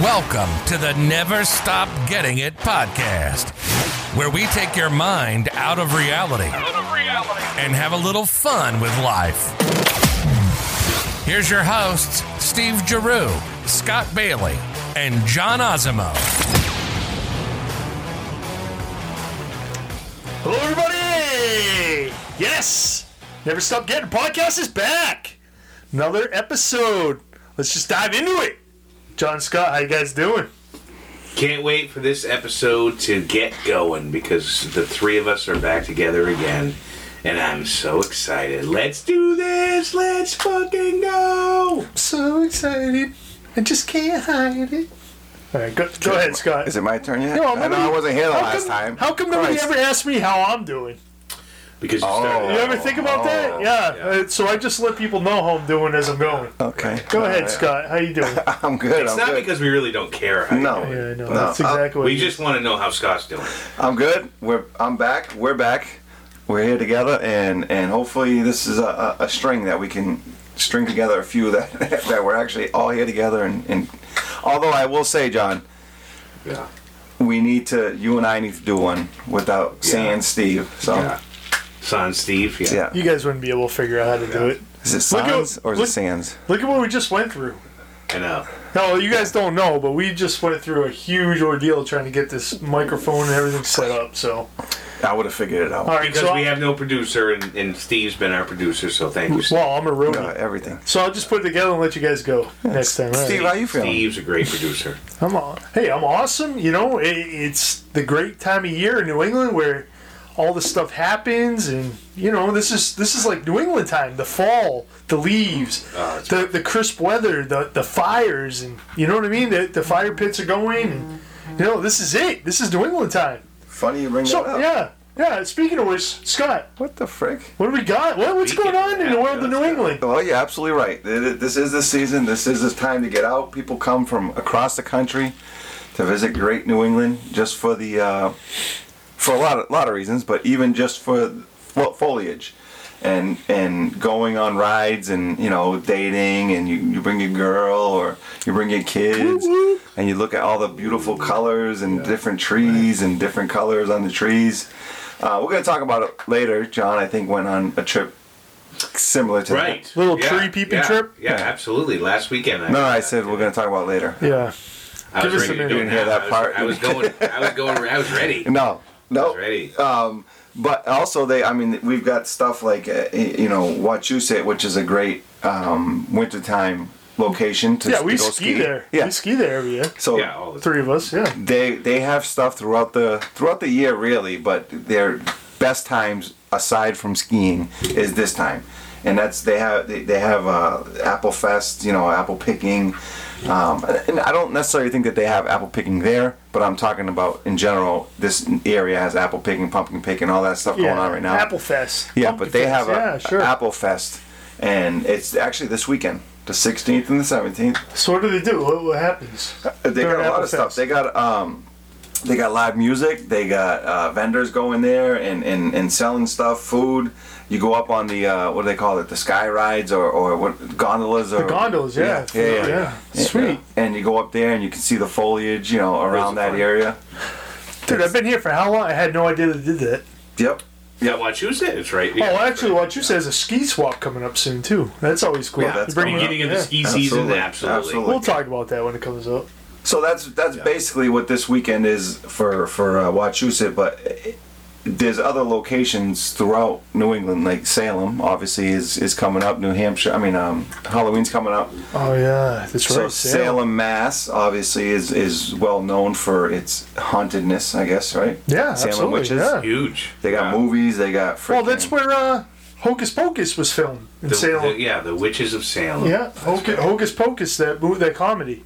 Welcome to the Never Stop Getting It podcast, where we take your mind out of reality, and have a little fun with life. Here's your hosts, Steve Giroux, Scott Bailey, and John Osimo. Hello, everybody! Yes! Never Stop Getting Podcast is back! Another episode. Let's just dive into it. John Scott, how you guys doing? Can't wait for this episode to get going because the three of us are back together again. And I'm so excited. Let's do this! Let's fucking go! I'm so excited. I just can't hide it. All right, go, go ahead, Scott. Is it my turn yet? No, I know nobody- I wasn't here the how last come- time. How come nobody Christ. ever asked me how I'm doing? Because you Oh. You started. ever think about that? Yeah. uh, So I just let people know how I'm doing as I'm going. Okay. Go ahead, Alright. Scott. How you doing? yeah, I'm good. It's I'm not good. because we really don't care. how you no. do I it. know. No, That's I'm- exactly what We you- just want to know how Scott's doing. I'm good. We're I'm back. We're back. We're here together, and and hopefully this is a, a, a string that we can string together a few that that we're actually all here together. And, and although I will say, John, Yeah. we need to you and I need to do one without saying Steve. So Yeah. Son Steve. Yeah. yeah, You guys wouldn't be able to figure out how to do it. is it Look at- Sans or is look- it Sands? Look at what we just went through. I know. No, you guys don't know, but we just went through a huge ordeal trying to get this microphone and everything set up. So, I would have figured it out. all right, Because so we I- have no producer, and, and Steve's been our producer, so thank you, Steve. well, I'm a roadie, Uh, everything. so I'll just put it together and let you guys go next time. Right? Steve, how you feeling? Steve's a great producer. I'm all, hey, I'm awesome. You know, it, it's the great time of year in New England where all this stuff happens, and you know, this is this is like New England time. The fall, the leaves, Oh, it's- the the crisp weather, the the fires, and you know what I mean. The the fire pits are going, and you know, this is it. This is New England time. Funny you bring that So up. yeah, yeah. Speaking of which, Scott, What the frick? what do we got? What, what's Speaking going on of in that, the world of New Scott. England? Well, you're Oh, absolutely right. Th- th- This is the season. This is the time to get out. People come from across the country to visit Great New England just for the uh, for a lot of lot of reasons, but even just for fo- foliage and and going on rides and you know dating and you, you bring your girl or you bring your kids and you look at all the beautiful colors and different trees and different colors on the trees. Uh, we're gonna talk about it later. John, I think, went on a trip similar to that. Right. Little Yeah, tree peeping yeah, trip? Yeah, absolutely. Last weekend. I No, I said we're gonna talk about it later. Yeah. I Give was us ready a minute. You to go didn't now. hear that I was- part. I was going. I was going. I was ready. I No, no. Um, was ready. But also, they. I mean, we've got stuff like uh, you know Wachusett, which is a great um, wintertime location to, Yeah, to we go ski, there. Yeah. We ski there every year. so yeah, all the Three of us, yeah. they they have stuff throughout the throughout the year really, but their best times aside from skiing is this time, and that's they have they, they have uh, apple fest, you know, apple picking. Um, and I don't necessarily think that they have apple picking there, but I'm talking about in general. This area has apple picking, pumpkin picking, all that stuff yeah. going on right now. Apple Fest. yeah, Pumpkin but they Fest, have a, yeah, sure. a apple fest, and it's actually this weekend, the 16th and the 17th. So what do they do? What, what happens? They They're got a lot Apple of stuff. Fest. They got um, they got live music. They got uh, vendors going there and, and, and selling stuff, food. You go up on the uh, what do they call it? The sky rides or, or what gondolas or The gondolas, yeah. Uh, yeah, yeah, Yeah. Yeah. Sweet. And you go up there and you can see the foliage, you know, around that fun. area. Dude, I've been here for how long? I had no idea they did that. Yep. Yeah, watch who's it. It's right. oh, Yeah. actually, what you said is a ski swap coming up soon, too. That's always cool. Yeah, that's Bring coming it beginning up, of the yeah. ski season. Absolutely. Absolutely. Absolutely. We'll talk about that when it comes up. So that's that's basically what this weekend is for for uh, Wachusett, but it, there's other locations throughout New England, like Salem, obviously is is coming up. New Hampshire, I mean, um, Halloween's coming up. Oh, yeah. That's So right. Salem. Mass, obviously is is well known for its hauntedness, I guess, right? Yeah, Salem absolutely, witches. yeah. Huge. They got yeah. movies. They got. Freaking, Well, that's where uh, Hocus Pocus was filmed in The, Salem. the- yeah, the witches of Salem. yeah, Hocus, Hocus Pocus, that movie, that comedy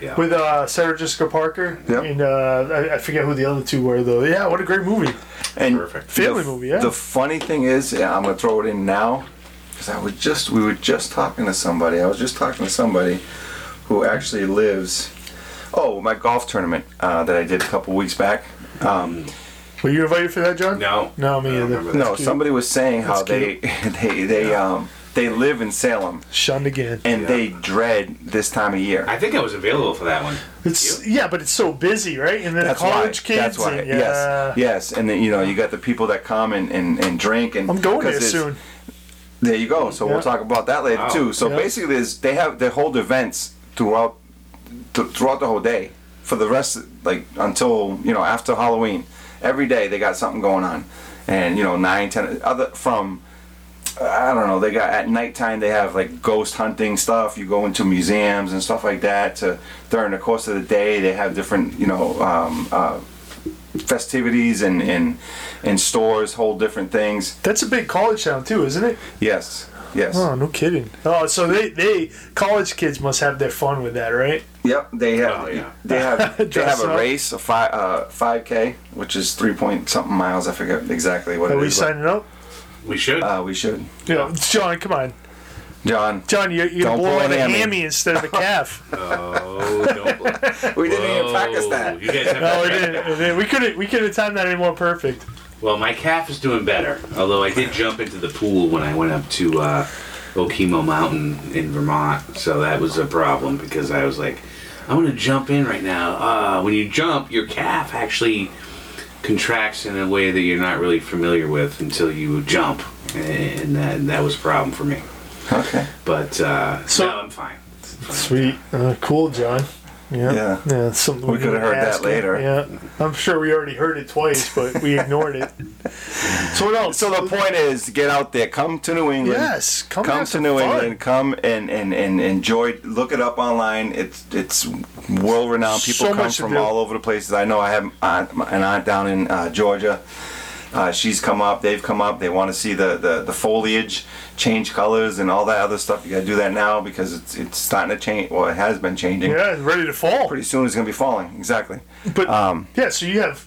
Yeah. with uh, Sarah Jessica Parker Yep. and uh, I, I forget who the other two were though. Yeah, what a great movie. and Perfect. Family the, movie, yeah. The funny thing is, yeah, I'm gonna throw it in now because I was just we were just talking to somebody. I was just talking to somebody who actually lives. Oh, my golf tournament uh, that I did a couple weeks back. Um, Were you invited for that, John? no. No, me I don't either. remember that. no, somebody was saying how That's they cute. they they um They live in Salem Shunned again. and Yeah. they dread this time of year. I think I was available for that one. It's yeah, but it's so busy, right? And then That's college why. kids. That's why. and, uh, Yes. Yes. And then you know you got the people that come and, and, and drink and I'm going 'cause there it's- soon. There you go. So Yeah. we'll talk about that later Wow. too. So Yeah. basically, there's, they have they hold events throughout th- throughout the whole day for the rest like until you know after Halloween. Every day they got something going on, and you know nine ten other from. I don't know. They got at nighttime. They have like ghost hunting stuff. You go into museums and stuff like that. To during the course of the day, they have different you know um, uh, festivities and, and and stores hold different things. That's a big college town too, isn't it? Yes, yes. Oh, no kidding. Oh, so they they college kids must have their fun with that, right? Yep, they have Oh, yeah. they have they have Dress a up. race a five uh five k, which is three point something miles. I forget exactly what Are it we is. but, signing up? We should. uh, we should, Yeah, John, come on, John. John, you're, you're gonna Don't blow blow out a a hammy. hammy instead of a calf. oh, don't. We didn't even Whoa, practice that. You guys have no, to it didn't. It didn't. We couldn't. We couldn't time that any more perfect. Well, my calf is doing better. Although I did jump into the pool when I went up to uh, Okemo Mountain in Vermont, so that was a problem because I was like, I want to jump in right now. Uh, when you jump, your calf actually contracts in a way that you're not really familiar with until you jump, and that, that was a problem for me. Okay. But uh, So- now I'm fine. Sweet, uh, cool, John. Yeah, Yeah. yeah. Something We coulda didn't heard that ask you. later. Yeah, I'm sure we already heard it twice, but we ignored it. So what else? So the point is, get out there, come to New England. yes, come, Come have to some New fun. England. Come and, and, and enjoy. Look it up online. It's it's world renowned. People So come much to from do. all over the places. I know I have aunt, an aunt down in uh, Georgia. Uh, she's come up. They've come up. They want to see the, the, the foliage change colors and all that other stuff. You got to do that now because it's it's starting to change. Well, it has been changing. Yeah, ready to fall. Pretty soon it's going to be falling. Exactly. But Um, yeah, so you have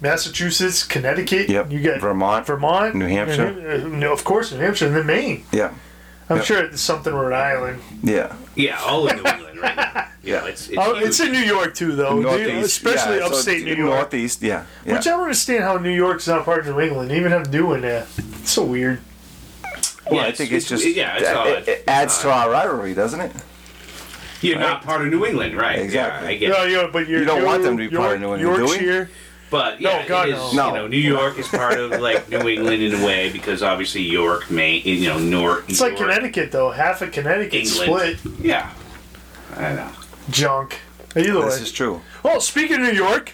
Massachusetts, Connecticut. Yep, You got Vermont, Vermont, New Hampshire. and, uh, no, of course, New Hampshire, and then Maine. Yeah. I'm Yep. sure it's something Rhode Island. Yeah. Yeah, all in New England right now. You know, it's, it's, Oh, it's huge. in New York too, though, New- Oh, especially yeah, so upstate New York. Northeast. Yeah. yeah. Which I don't understand how New York's not part of New England. They even have New in there. It's so weird. Well, Yeah, I think it's- it's just it's- yeah, it's it- all- it, it adds to our rivalry, doesn't it? you're not part of New England, right? Exactly. Yeah, I get it. No, you Oh, but you're, You don't want them to be York, part of New England, do we? Yorkshire. But No, yeah, God, it is, no. you know, New York is part of like New England in a way because obviously York, Maine, you know, North. It's like Connecticut, though. Half of Connecticut England. split Yeah, I know. junk. Either way. This is true. Oh, speaking of New York,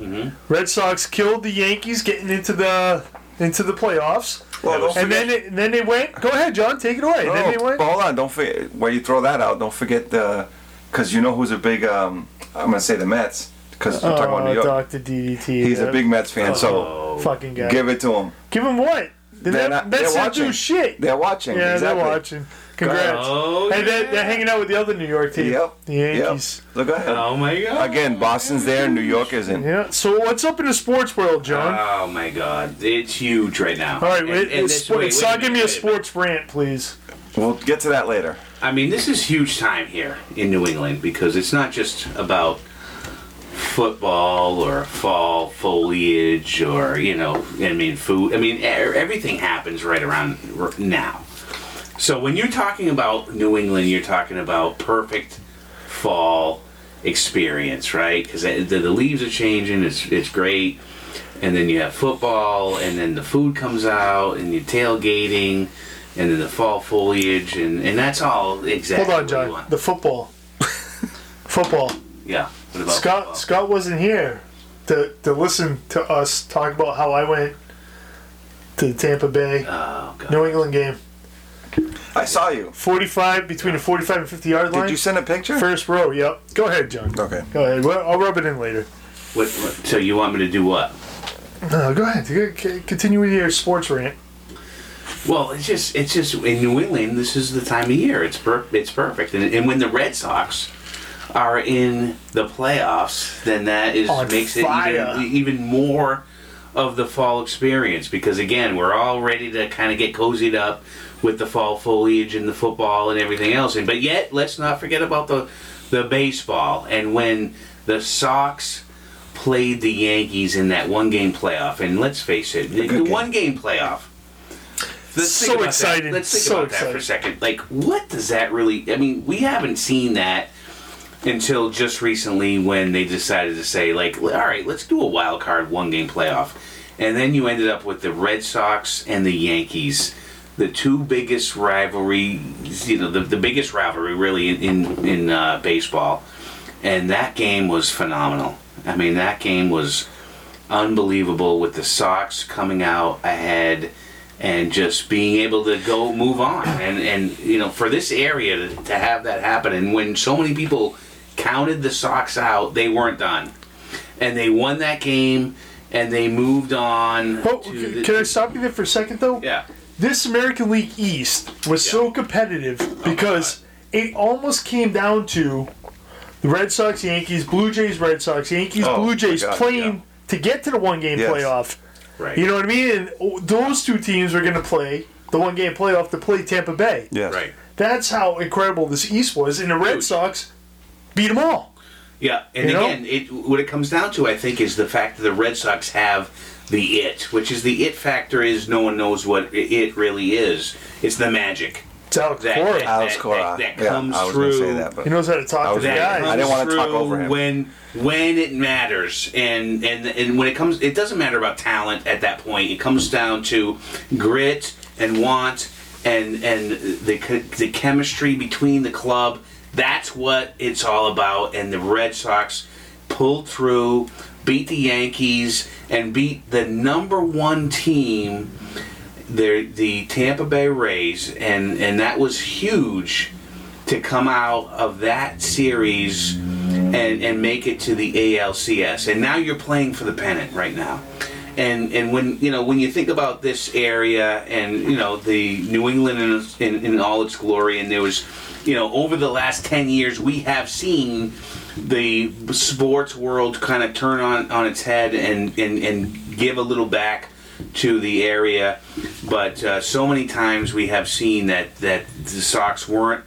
Mm-hmm. Red Sox killed the Yankees getting into the into the playoffs, Well, That was- don't and then it, and then they went. Go ahead, John, take it away. And then Oh, they went. but hold on, don't forget while you throw that out. Don't forget the because you know who's a big. Um, I'm gonna say the Mets because I'm talking about New Oh, York. Dr. DDT. He's that a big Mets fan, Oh. fucking guy. so Give, give it to him. him what? They They're don't- not- Mets they're don't do watching. shit. They're watching. yeah, exactly. they're watching. Congrats. Oh, and they're, yeah. they're hanging out with the other New York team, Yep. the Yankees. Um, Yep. Look ahead. Oh my god. Again, Boston's there, New York isn't. Yeah. So what's up in the sports world, John? Oh my god, it's huge right now. All right, And- wait, and it's this- sport- wait, wait Son, minute, give me a wait minute. sports rant, please. We'll get to that later. I mean, this is huge time here in New England because it's not just about football or fall foliage or you know, I mean, food. I mean, e- everything happens right around r- now. So when you're talking about New England, you're talking about perfect fall experience, right? Because the, the leaves are changing. It's it's great. And then you have football, and then the food comes out, and you're tailgating, and then the fall foliage, and, and that's all exactly Hold on, what you John. want. The football. football. yeah. What Oh, about Scott football? Scott wasn't here to, to listen to us talk about how I went to the Tampa Bay Oh god. New England game. I saw you. 45 between the 45 and 50 yard line. Did you send a picture? First row, yep. Go ahead, John. Okay. Go ahead. Well, I'll rub it in later. What, what, so you want me to do what? No, Uh, go ahead. Go- c- Continue with your sports rant. Well, it's just it's just in New England. This is the time of year. It's per- it's perfect. And, and when the Red Sox are in the playoffs, then that is On makes fire. it even, even more of the fall experience because again, we're all ready to kind of get cozied up with the fall foliage and the football and everything else. And but yet, let's not forget about the the baseball and when the Sox played the Yankees in that one game playoff. And let's face it, the, the game. one game playoff Let's think So about that. excited. Let's think So about that for a second. Like, what does that really? I mean, we haven't seen that until just recently when they decided to say, like, all right, let's do a wild card one game playoff, and then you ended up with the Red Sox and the Yankees, the two biggest rivalries, you know, the, the biggest rivalry really in in, in uh, baseball, and that game was phenomenal. I mean, that game was unbelievable with the Sox coming out ahead and just being able to go move on. And, and you know, for this area to, to have that happen, and when so many people counted the Sox out, they weren't done. And they won that game and they moved on. But to the- Oh, can I stop you there for a second though? Yeah. This American League East was so competitive because it almost came down to the Red Sox, Yankees, Blue Jays, Red Sox, Yankees, Oh, Blue my Jays God, playing yeah. to get to the one game Yes. playoff. Right. You know what I mean? And oh, those two teams are going to play the one game playoff to play Tampa Bay. Yes. Right. That's how incredible this East was, and the Red Huge. Sox beat them all. Yeah, and You know? again, it, what it comes down to, I think, is the fact that the Red Sox have the it, which is the it factor is no one knows what i- it really is. It's the magic It's Alex that Cora. that, Alex that- Cora. that yeah, comes I was through. gonna say that, but He knows how to talk to the was- that guys. I didn't wanna comes talk through over him. When when it matters, and and and when it comes, it doesn't matter about talent at that point. It comes down to grit and want, and and the c- the chemistry between the club. That's what it's all about. And the Red Sox pulled through, beat the Yankees, and beat the number one team the the Tampa Bay Rays, and and that was huge to come out of that series and and make it to the ALCS. And now you're playing for the pennant right now. And and when you know when you think about this area and you know the New England in, in, in all its glory, and there was you know over the last ten years we have seen the sports world kind of turn on on its head and and, and give a little back to the area. But uh, so many times we have seen that that the Sox weren't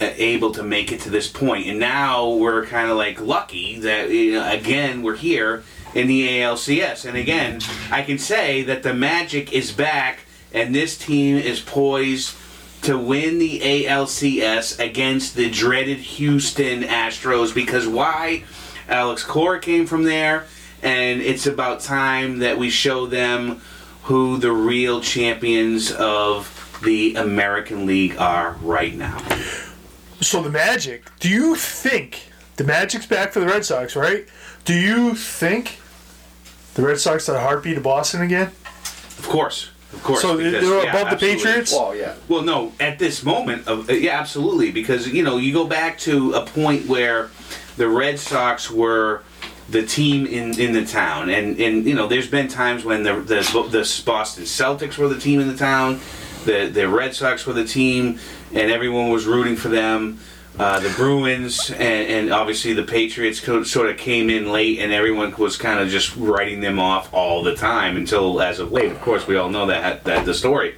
uh, able to make it to this point, and now we're kind of like lucky that you know, again we're here in the ALCS, and again I can say that the magic is back, and this team is poised. To win the ALCS against the dreaded Houston Astros, because why? Alex Cora came from there, and it's about time that we show them who the real champions of the American League are right now. So the Magic, do you think the Magic's back for the Red Sox, right? Do you think the Red Sox are the heartbeat of Boston again? Of course, of course. So because- they're yeah, above the absolutely. Patriots? Oh, Well, yeah. Well, no, at this moment, of, uh, yeah, absolutely, because you know you go back to a point where the Red Sox were the team in, in the town, and, and you know there's been times when the, the the Boston Celtics were the team in the town, the the Red Sox were the team, and everyone was rooting for them. Uh, the Bruins and, and obviously the Patriots co- sort of came in late, and everyone was kind of just writing them off all the time until, as of late, of course, we all know that that the story.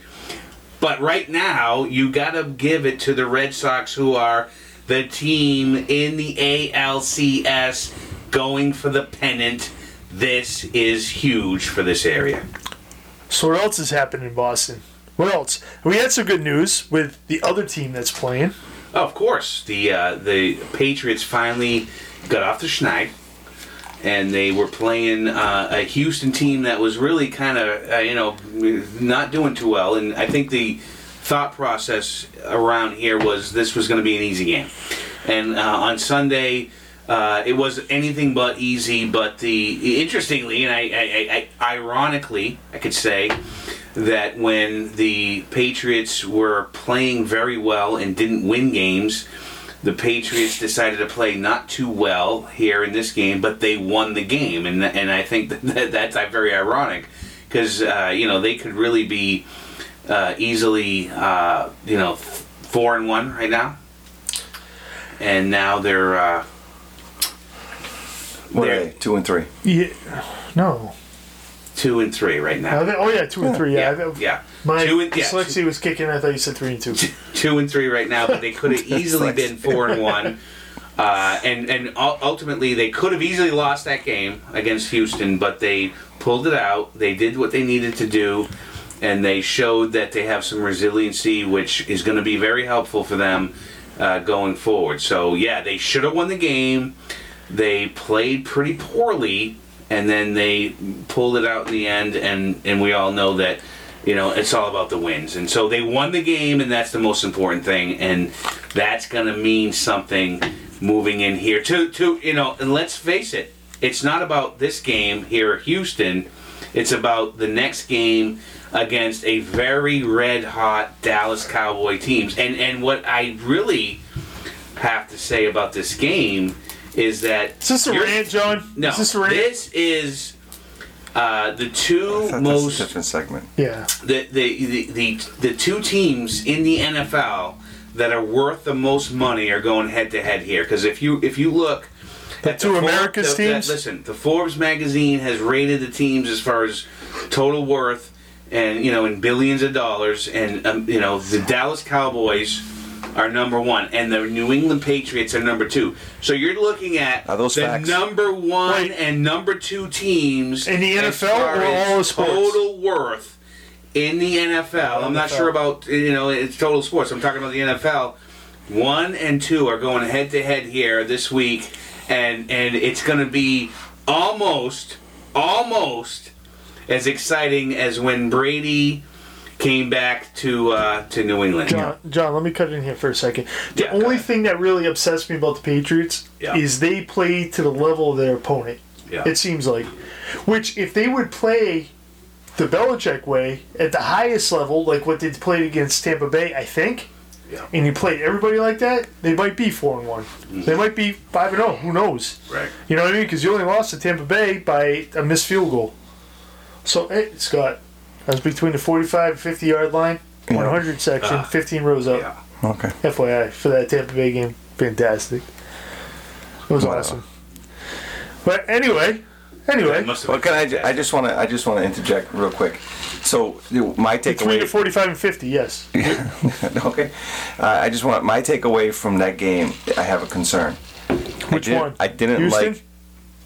But right now, you got to give it to the Red Sox, who are the team in the ALCS going for the pennant. This is huge for this area. So what else has happened in Boston? What else? We had some good news with the other team that's playing. Oh, Of course, the uh, the Patriots finally got off the schneid, and they were playing uh, a Houston team that was really kind of uh, you know not doing too well. And I think the thought process around here was this was going to be an easy game. And uh, on Sunday, uh, it was anything but easy. But the interestingly, and I, I, I ironically, I could say that when the Patriots were playing very well and didn't win games, the Patriots decided to play not too well here in this game, but they won the game, and and I think that that's uh, very ironic because uh, you know they could really be uh, easily uh, you know f- four and one right now, and now they're. Uh, what are there. they? Two and three. Yeah, no. Two and three right Now now. they- Oh yeah, two and three. Yeah, Yeah, I- yeah. My two and yeah, dyslexia was kicking. I thought you said three and two. two and three right now, but they could have easily like- been four and one. Uh, and and ul- ultimately, they could have easily lost that game against Houston, but they pulled it out. They did what they needed to do, and they showed that they have some resiliency, which is going to be very helpful for them uh, going forward. So yeah, they should have won the game. They played pretty poorly, and then they pulled it out in the end. And and we all know that you know it's all about the wins. And so they won the game, and that's the most important thing. And that's going to mean something moving in here. To to you know, and let's face it, it's not about this game here at Houston. It's about the next game against a very red hot Dallas Cowboy teams. And and what I really have to say about this game is that Is this a you're- rant, John? No, Is this a rant? this is uh, the two That's most a different segment. yeah. the, the, the, the, the two teams in the NFL that are worth the most money are going head to head here. Because if you if you look The two Forbes- America's the- the- teams? listen, the Forbes magazine has rated the teams as far as total worth and you know in billions of dollars, and um, you know the Dallas Cowboys are number one, and the New England Patriots are number two. So you're looking at Are those the facts? number one Wait. and number two teams In the as NFL far or as all of sports? Total worth in the NFL. I'm not NFL. sure about you know it's total sports. I'm talking about the NFL. One and two are going head to head here this week, and and it's going to be almost almost as exciting as when Brady came back to uh, to New England. John, John, let me cut in here for a second. The Yeah, go only ahead. thing that really upsets me about the Patriots Yeah. is they play to the level of their opponent. Yeah. It seems like, which if they would play the Belichick way at the highest level, like what they played against Tampa Bay, I think, Yeah. and you played everybody like that, they might be four and one. Mm-hmm. They might be five and zero. Who knows? Right. You know what I mean? Because you only lost to Tampa Bay by a missed field goal. So, hey, Scott, I was between the 45 and 50 yard line, 100 section, 15 rows up. Ah. Yeah. Okay. FYI, for that Tampa Bay game, fantastic. It was Whatever. awesome. But anyway, anyway, Must have Well, can I? ju- I just want to. I just want to interject real quick. So you know, my three to takeaway. 45 and 50, yes. okay. Uh, I just want my takeaway from that game. I have a concern. Which I didn't- one? I didn't Houston? like.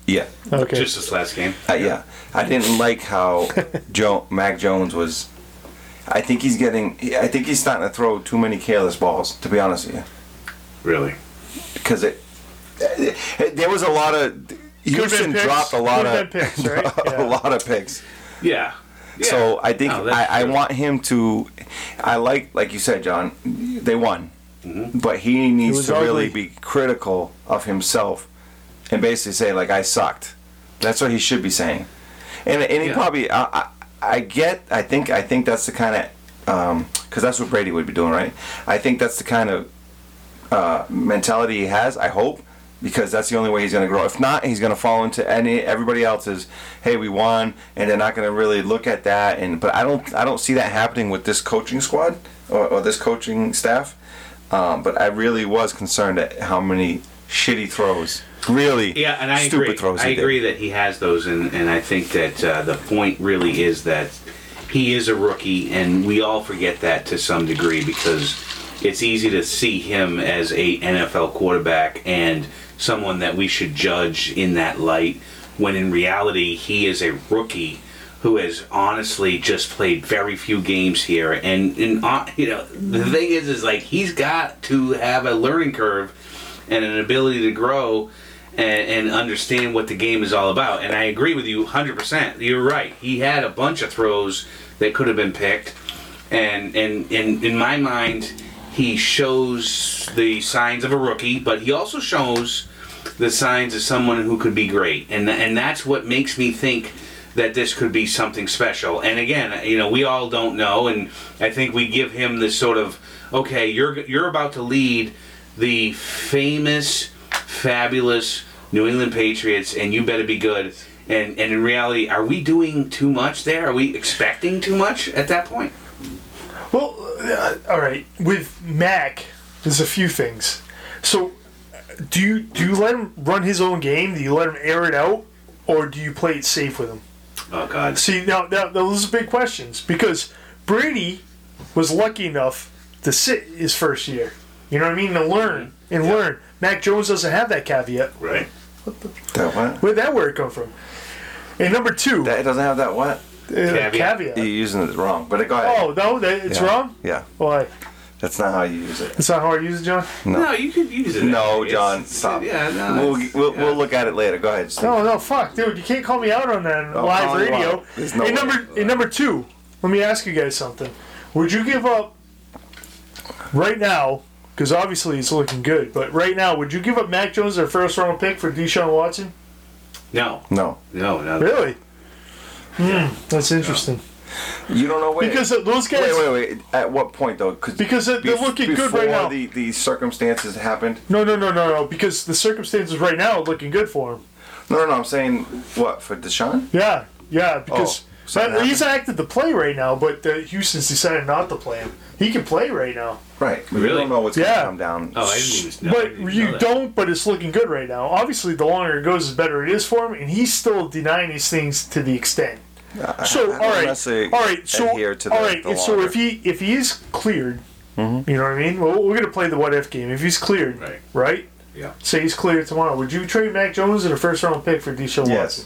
Yeah. Okay. just this last game. Uh, yeah, I didn't like how Joe Mac Jones was. I think he's getting. I think he's starting to throw too many careless balls. To be honest with you, Really. because it, it- there was a lot of Could've been Houston picks. dropped a lot Could've of been picks, right? Yeah. a lot of picks. Yeah. Yeah. So I think No, that's I, I true. want him to. I like, like you said, John. They won, Mm-hmm. but he needs was to really ugly. be critical of himself and basically say, like, I sucked. That's what he should be saying. And and he Yeah. probably I, I I get. I think I think that's the kind of because that's what Brady would be doing, right? I think that's the kind of uh, mentality he has. I hope because that's the only way he's going to grow. If not, he's going to fall into any everybody else's. Hey, we won, and they're not going to really look at that. And but I don't I don't see that happening with this coaching squad or, or this coaching staff. Um, but I really was concerned at how many shitty throws. Really, Yeah, and I stupid agree. throws. I he did. agree that he has those, and, and I think that uh, the point really is that he is a rookie, and we all forget that to some degree because it's easy to see him as a NFL quarterback and someone that we should judge in that light, when in reality he is a rookie who has honestly just played very few games here, and and uh, you know the thing is is like he's got to have a learning curve and an ability to grow and, and understand what the game is all about. And I agree with you 100%. You're right. He had a bunch of throws that could have been picked. And, and, and in my mind, he shows the signs of a rookie, but he also shows the signs of someone who could be great. And, and that's what makes me think that this could be something special. And again, you know, we all don't know, and I think we give him this sort of okay, you're you're about to lead the famous, fabulous New England Patriots, and you better be good. And and in reality, are we doing too much there? Are we expecting too much at that point? Well, uh, all right. With Mac, there's a few things. So, uh, do you do you let him run his own game? Do you let him air it out, or do you play it safe with him? Oh God. See, now, now those are big questions because Brady was lucky enough to sit his first year. You know what I mean? To learn and learn. Mac Jones doesn't have that caveat. Right. That what? Where'd that word come from? And number two, uh, That it doesn't have that what? Caveat. Caveat. You're using it wrong, but go ahead. Oh no, that, it's Yeah. wrong. Yeah, Why? that's not how you use it. That's not how I use it, John. No, you could use it. No, It's- John, it's- stop. Yeah, no. We'll, it's- we'll, yeah. we'll look at it later. Go ahead. Steve. No, no, fuck, dude. You can't call me out on that on I'll live call you radio. out. There's no and way. number and number two, let me ask you guys something. Would you give up right now? Because obviously it's looking good, but right now, would you give up Mac Jones their first round pick for Deshaun Watson? No, No. no, no. Really? Hmm, that's interesting. You don't know where. Because those guys, wait, wait, wait. At what point though? Cause Because they're- they're bef- looking good before right now. The, the circumstances happened. no, no, no, no, no. Because the circumstances right now are looking good for him. No, no, no. I'm saying what for Deshaun? Yeah, yeah, because Oh, something that- he's acted to play right now, but the Houston's decided not to play him. He can play right now, Right. We Really? don't know what's Yeah. gonna come down. Oh, I didn't even know. I but didn't even know you that. don't. But it's looking good right now. Obviously, the longer it goes, the better it is for him, and he's still denying these things to the extent. So I all don't necessarily right, all right, so all adhere right. to the- the if- so longer. if he if he is cleared, you know what I mean. Well, we're gonna play the what if game. If he's cleared, Mm-hmm. Right. right? Yeah. Say he's cleared tomorrow. Would you trade Mac Jones in a first round pick for Deshaun Yes. Watson?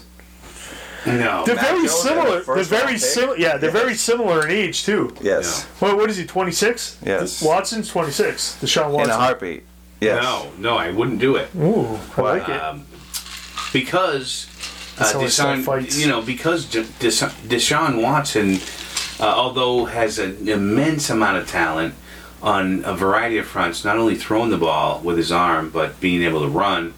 No. They're Mac very Jones had a similar. They're first very round pick? similar. Yeah, they're Yes. very similar in age too. Yes. What, what is he? Twenty six. Yes. Watson's twenty six. Deshaun In Watson. a heartbeat. Yes. No, no, I wouldn't do it. Ooh, I like it. Um, because uh, That's how we start Deshaun, fights. you know, because De- Desha- Deshaun Watson, uh, although has an immense amount of talent on a variety of fronts, not only throwing the ball with his arm but being able to run.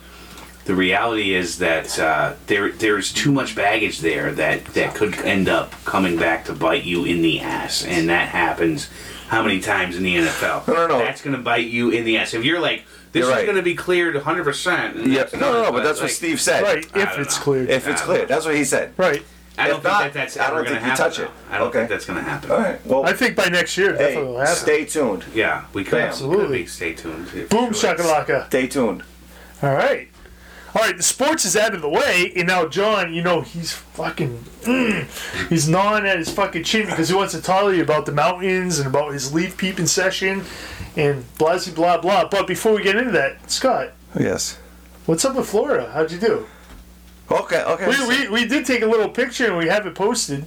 The reality is that uh, there there's too much baggage there that, that could end up coming back to bite you in the ass, and that happens how many times in the NFL? No, no, no. That's going to bite you in the ass. If you're like, this You're is right. going to be cleared 100. percent uh, Yeah. No, no, no. But that's what like, Steve said. right, I if don't it's know. cleared. If it's clear, that's what he said. right. I don't If think not, that that's I ever don't going to think you happen. touch it. though. I don't Okay. think that's going to happen. All right. Well, I think by next year, it definitely will hey, happen. stay tuned. Yeah, we could. Absolutely. Absolutely. Stay tuned. Boom shakalaka. Stay tuned. All right. All right, the sports is out of the way, and now John, you know, he's fucking. Mm, he's gnawing at his fucking chin because he wants to tell you about the mountains and about his leaf peeping session and blah, blah, blah, blah. But before we get into that, Scott, Yes. what's up with Florida? How'd you do? Okay. Okay. We, we, we did take a little picture and we have it posted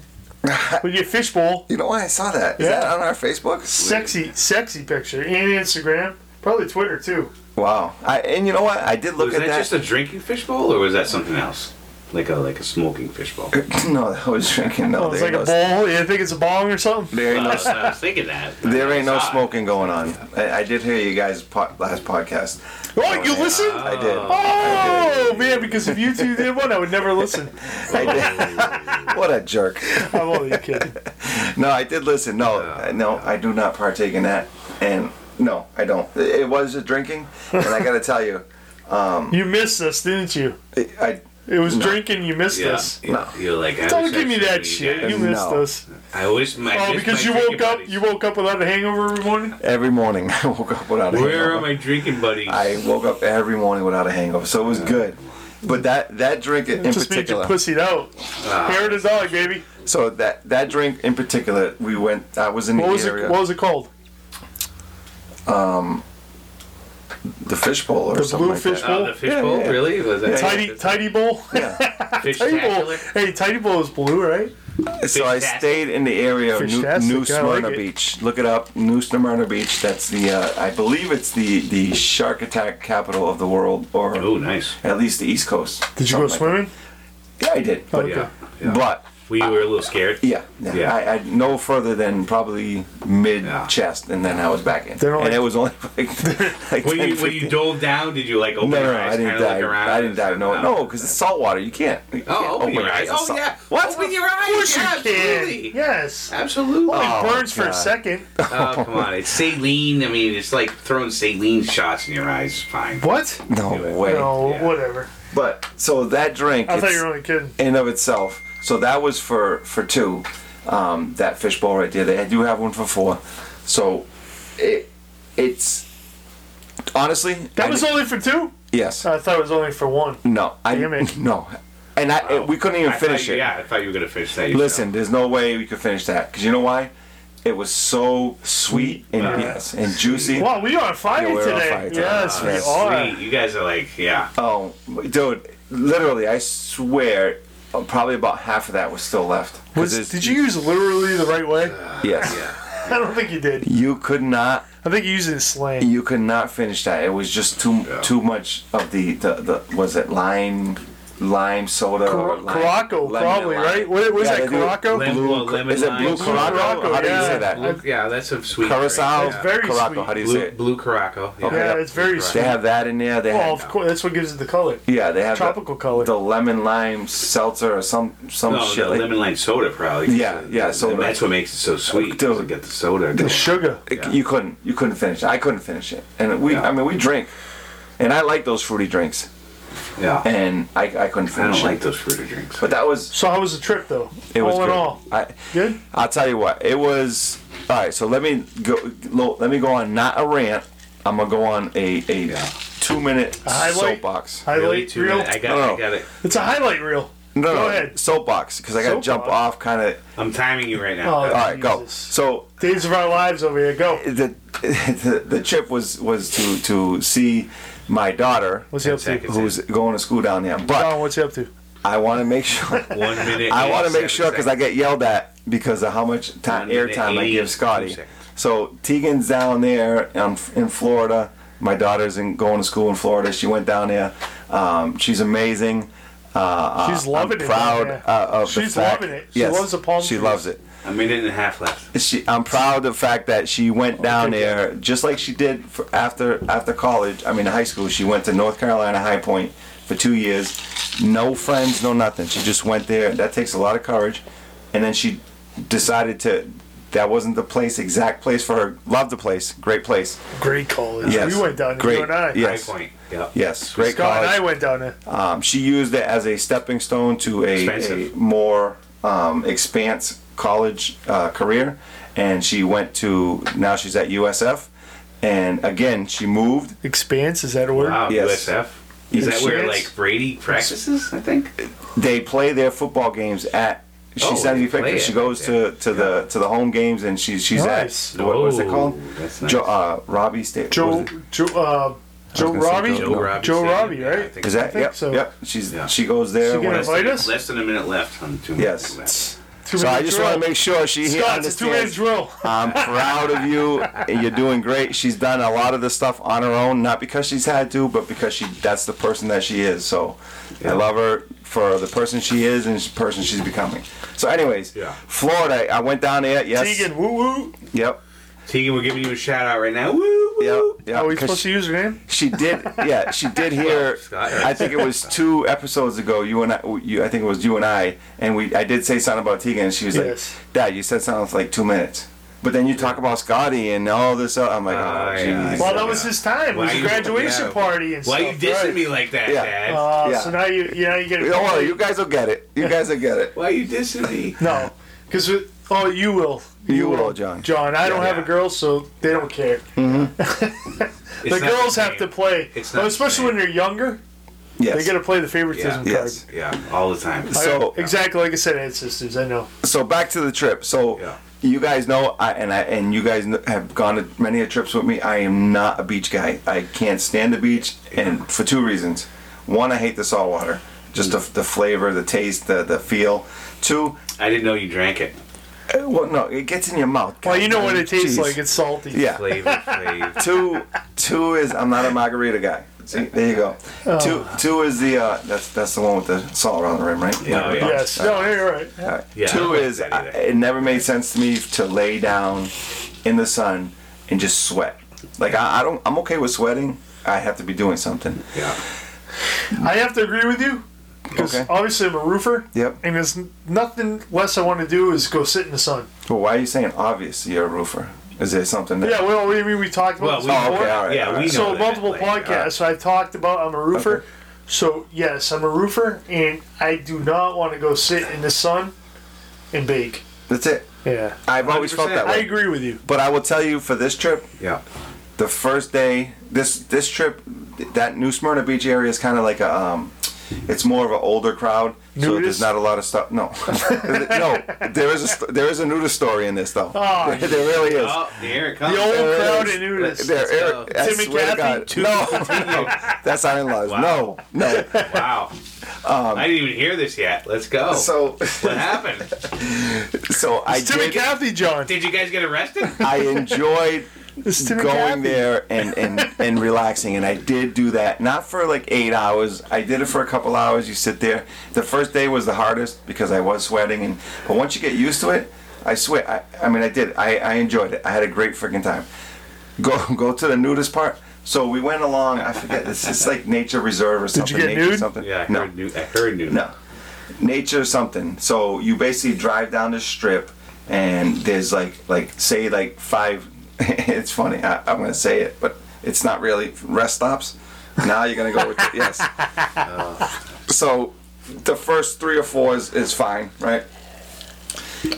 with your fishbowl. you know why I saw that? Is Yeah. that on our Facebook? Sexy, sexy picture. And Instagram. Probably Twitter, too. Wow. I, and you know what? I did look Was at that, just a drinking fishbowl, or was that something else? Like a like a smoking fishbowl. no, that was drinking. No, Oh, it's there like ain't a no, bowl. You think it's a bong or something? there ain't I no, was, I was thinking that. there ain't no Sorry. smoking going on. I, I did hear you guys po- last podcast. Oh, you listen? I did. Oh man, because if you two did one, I would never listen. What a jerk. I'm only kidding. No, I did listen. No, I- no, I do not partake in that. And no, I don't. It it was a drinking, and I got to tell you, You missed us, didn't you? it, I It was drinking. You missed Yeah, us. you- No. you're like. I Don't wish I give me should've that been shit. guy. You missed No. us. I wish my. Oh, because you woke up. You woke up without a hangover every morning. every morning I woke up without a Where are hangover. my drinking buddies? I woke up every morning without a hangover, so it was good. But that that drink in Just made you particular. pussied out. Hair to dog, baby. So that that drink in particular, we went. I was in What the was it? area, What was it called? the fishbowl or The something blue like fish that. Oh, the fishbowl, Yeah, yeah. really? Was that Tidy, tidy bowl. fish tidy bowl. Hey, tidy bowl is blue, right? So I Fishtastic. stayed in the area of New, Fishtastic, New I like Smyrna it. Beach. Look it up, New Smyrna Beach. That's the uh, I believe it's the the shark attack capital of the world, or Oh, nice. at least the East Coast. Did you go Something like swimming? that. Yeah, I did. But, Oh, Yeah. but We were a little scared. yeah, yeah, Yeah. I, I no further than probably mid Yeah. chest, and then I was back in. They're not and like- it was only like, like When 10, you when you 15. dove down, did you like open No, your no, no, eyes, I didn't kinda look dive. around? I didn't dive. No, no, because it's salt water. You can't. You can't Oh, open your eyes. on Oh salt. yeah. What? Open your eyes. course yeah, you can. absolutely. Yes. Absolutely. It Oh. burns for a God. second. come on. It's saline. I mean, it's like throwing saline shots in your eyes. Fine. What? Do No it. way. No, Yeah. whatever. But so that drink. I thought it's- you were only kidding. in of itself. So that was for for two. Um, that fishbowl right there. They do have one for four. So it it's honestly That I was di- only for two? yes. I thought it was only for one. no, I Damn it. no, and I it- we couldn't I even thought finish you- it. Yeah, I thought you were gonna finish that. yourself. Listen, there's no way we could finish that because you know why? It was so sweet and Uh-huh. Yeah. yes and juicy. Wow, we are on fire Yeah, we're on today. fire today. Yes, Ah, we that's are. Sweet. You guys are like, yeah. Oh, dude! Literally, I swear, uh, probably about half of that was still left. 'Cause Was, it's- did you use literally the right way? Yes. I don't think you did. You could not. I think you used it in slang. You could not finish that. It was just too too much of the, the, the was it lime lime soda or Cor- lime, Caraco, lemon probably, lime. right? What was Yeah, that, they do- Caraco? Oh, Blue, Lemon- well, lemon is it blue lime soda. Caraco? How do you Yeah. say that? Blue, yeah, that's a sweet. Curacao, drink, yeah. very Caraco. sweet. How do you say Blue, it? blue Caraco. Yeah. Yeah, it's very They sweet. have that in there. They Well, have of course, that's what gives it the color. yeah, they have the- tropical color. the lemon lime seltzer or some some No, shit the like lemon lime soda probably. 'cause Yeah, the- yeah, the- soda. That's what makes it so sweet. Dude. Doesn't get the soda. The sugar. It- You couldn't. You couldn't finish. it. I couldn't finish it. And we. Yeah. I mean, we drink, and I like those fruity drinks. Yeah, I And I, I couldn't finish don't it. like those fruity drinks. But that was. So how was the trip, though? It was all good. in all, I, good. I'll tell you what. It was. All right. So let me go. lo- Let me go on not a rant. I'm gonna go on a a Yeah. two minute highlight? soapbox. Really, Highlight too, reel. I got, No. I got it. It's a highlight reel. No, Go no, ahead. soapbox because I gotta jump Soapbox. off kind of. I'm timing you right Oh, now. All right, go. Jesus. So Days of our lives over here. Go. the, the the trip was was to to see my daughter What's he up to? Seconds. who's going to school down there, but. Don, what's he up to? I want to make sure. One minute. I want to make 87 sure because I seconds. get yelled at because of how much time One minute, airtime I 82 give Scotty. seconds. So Tegan's down there in, in Florida. My daughter's in, going to school in Florida. She went down there. Um, she's amazing. Uh, She's uh, loving it I'm down proud there. uh, of the She's fact- loving it. She yes, loves the palm She trees. loves it. a minute and a half left. She, I'm proud of the fact that she went down Okay. there just like she did for after after college. I mean, high school. She went to North Carolina High Point for two years, no friends, no nothing. She just went there. That takes a lot of courage. And then she decided to. That wasn't the place, exact place for her. Loved the place, great place. Great college. Yes. We went down there. Great. You and I. Yeah. High Yes. point. Yeah. Yes, great Scott and I college. went down there. Um, she used it as a stepping stone to a, a Expensive. more um, expanse college uh, career, and she went to now she's at USF, and again she moved. Expanse, is that a word? Wow. Yes. USF. Is that where Yes. like Brady practices? I think. They play their football games at. She Oh, sends me they play pictures. She it. goes to, to the to the home games, and she, she's Nice. at what was it Oh, called? that's nice. Jo, uh, Robbie State. what Joe, was it? Joe, uh, Joe gonna say Robbie? Joe Robbie Joe Stadium. Robbie, Yeah, I right? think Is so. that think yep so. yep? She's Yeah. she goes there. She gonna when- Less than- invite us? Less than a minute left on two minutes. left. yes. Two So I minute just drill. want to make sure she here Scott, it's a two minute understands. drill. I'm proud of you. and You're doing great. She's done a lot of the stuff on her own, not because she's had to, but because she that's the person that she is. So I love her for the person she is and the person she's becoming. So, anyways, Yeah. Florida. I went down there. Yes. Tegan, woo woo. Yep. Tegan, we're giving you a shout out right now. Woo! Yep. woo. Yep. Are we 'Cause Oh, supposed to use her name? she did. Yeah, she did hear. Scott. I think it was two episodes ago. You and I. You, I think it was you and I. And we. I did say something about Tegan, and she was Yes. like, "Dad, you said something for like two minutes." But then you talk about Scotty and all this. Other, I'm like, Ah, "Oh, yeah, geez." I Well, that was his time. It was Why a you- graduation yeah. party and Why stuff. you dissing right? me like that, Yeah. Dad? Uh, Yeah. So now you, you know, you get a Don't worry, Oh, you guys will get it. You guys will get it. Why you dissing me? No, because oh, you will. You will, John. John, I don't Yeah. have a girl, so they don't care. It's the not girls have same. to play, It's not Oh, the especially same. when they're younger. Yes. They got to play the favoritism Yeah. card. Yes. Yeah, all the time. I- So- exactly like I said, ancestors. I know. so back to the trip. So Yeah. you guys know, I, and I and you guys kn- have gone to many a trips with me. I am not a beach guy. I can't stand the beach, and for two reasons. One, I hate the salt water, just the, the flavor, the taste, the the feel. Two, I didn't know you drank it. eh, well, no, it gets in your mouth. Well, you know what it tastes Jeez. like. It's salty. Yeah. Flavor, flavor. two, two is I'm not a margarita guy. See, there you go. Two, Oh. two is the uh, that's that's the one with the salt around the rim, right? Yeah, yeah. Yes. No, you're right. Yeah, I don't Two like is that I, either. it never made sense to me to lay down in the sun and just sweat. Like I, I don't, I'm okay with sweating. I have to be doing something. Yeah. I have to agree with you. Because Okay. obviously I'm a roofer. Yep. And there's n- nothing less I want to do is go sit in the sun. But why are you saying obvious? You're a roofer. Is there something that? Yeah, well, we, we, we talked about Well, this we- Oh, before. okay, all right. yeah, all right. we know so that, multiple like, uh, podcasts. So I talked about I'm a roofer. Okay. So yes, I'm a roofer, and I do not want to go sit in the sun and bake. That's it. Yeah, I've always felt that 100%. I way. agree with you. But I will tell you for this trip, Yeah. the first day, this this trip, that New Smyrna Beach area is kind of like a, um, it's more of an older crowd. So there's Nudist? not a lot of stuff. No, no, there is a st- there is a nudist story in this though. Oh, there really is. Oh, here Uh, it comes. The old There crowd is. and nudists. There, go. Eric, I Tim and swear to Kathy, God. No, no, that's our in-laws. Oh, Wow. No, no. wow. I didn't even hear this yet. Let's go. Um, So, what happened? so I It's Tim and did. Kathy, John. Did you guys get arrested? I enjoyed It's Tim and Kathy. going there and, and, and relaxing. And I did do that. Not for like eight hours. I did it for a couple hours. You sit there. The first day was the hardest because I was sweating. And but once you get used to it, I swear. I, I mean, I did. I, I enjoyed it. I had a great freaking time. Go go to the nudist part. So we went along. I forget. It's, it's like nature reserve or something. get nature nude? Something. yeah, I no. heard, new, I heard new. No. Nature something. So you basically drive down the strip and there's like like say like five it's funny, I, I'm gonna say it, but it's not really rest stops. Now you're gonna go with the, yes. So the first three or four is, is fine, right?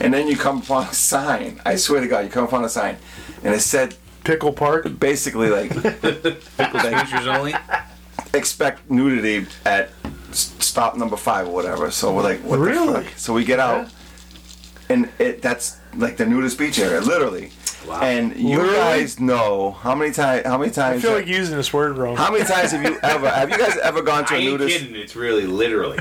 And then you come upon a sign. I swear to God, you come upon a sign, and it said Pickle Park. basically like Pictures only? expect nudity at s- stop number five or whatever. So we're like, what Really? the fuck? So we get out, and it that's like the nudist beach area, literally. Wow. And you Literally? guys know how many times? How many I times? feel like you're using this word wrong. how many times have you ever? Have you guys ever gone to I a ain't nudist? kidding. It's really literally.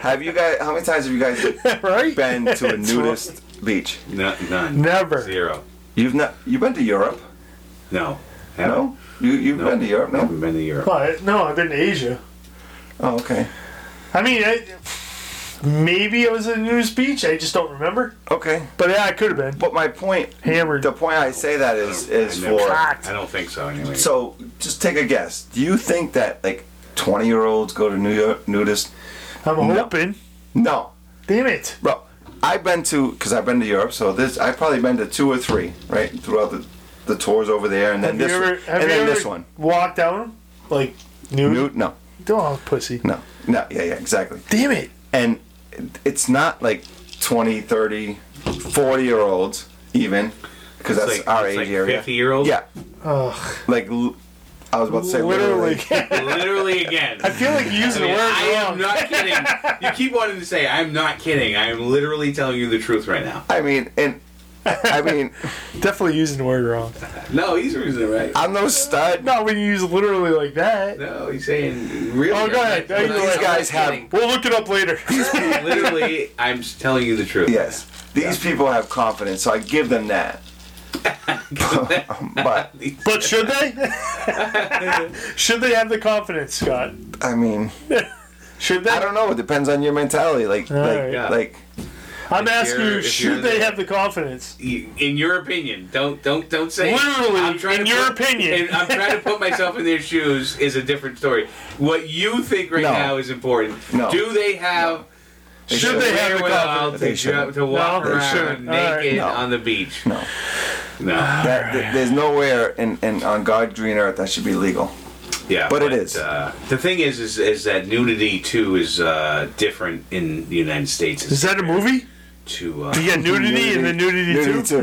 Have you guys? How many times have you guys Right? been to a It's nudist beach? No, none. Never. Zero. Youve not. You've been to Europe? No. Haven't. No. You you've Nope. been to Europe? No. Haven't been to Europe. But no, I've been to Asia. Oh, okay. I mean, I, maybe I was at a news beach. I just don't remember. Okay. But yeah, I could have been. But my point, Hammered. the point I say that is is I never- for Cocked. I don't think so. Anyway. So, just take a guess. Do you think that like twenty year olds go to New York nudist? I'm hoping. No, Damn it. bro. I've been to because I've been to Europe, so this I've probably been to two or three right throughout the, the tours over there, and Have then this you ever, one, have and you then ever this one. walked down? Like, nude? Nude? No, Oh, pussy. no, no. Yeah, yeah, exactly. Damn it. and it's not like 20 30 40 year olds even because that's like- our it's age like area 50-year-olds? yeah like l- i was about to say literally, Literally. literally again. I feel like you're I using mean, the word I wrong. am not kidding. You keep wanting to say I'm not kidding. I am literally telling you the truth right now. i mean and i mean Definitely using the word wrong. No, he's using it right. i'm no stud Not when you use literally like that. No, he's saying really. Oh, go ahead. I'm not- These I'm not guys have- kidding. We'll look it up later. literally. I'm just telling you the truth. yes these people have confidence so i give them that but but should they? should they have the confidence, Scott? i mean Should i they? don't know it depends on your mentality like like right. Yeah. like I'm asking you're- you, if should you're they the- have the confidence? You- In your opinion, don't don't don't say. Literally, in your opinion. and I'm trying to put myself in their shoes is a different story. What you think right No. now is important. No. Do they have? they Should they have the wherewithal confidence? They to, shouldn't. ju- to walk No, they around shouldn't. All right. naked No. on the beach. No. No. that, th- there's nowhere in, in on god green earth that should be legal Yeah. But it is. Uh, the thing is, is, is that nudity too is uh, different in the United States. Is that a movie? To You uh, get nudity and then nudity, Nudity too? too.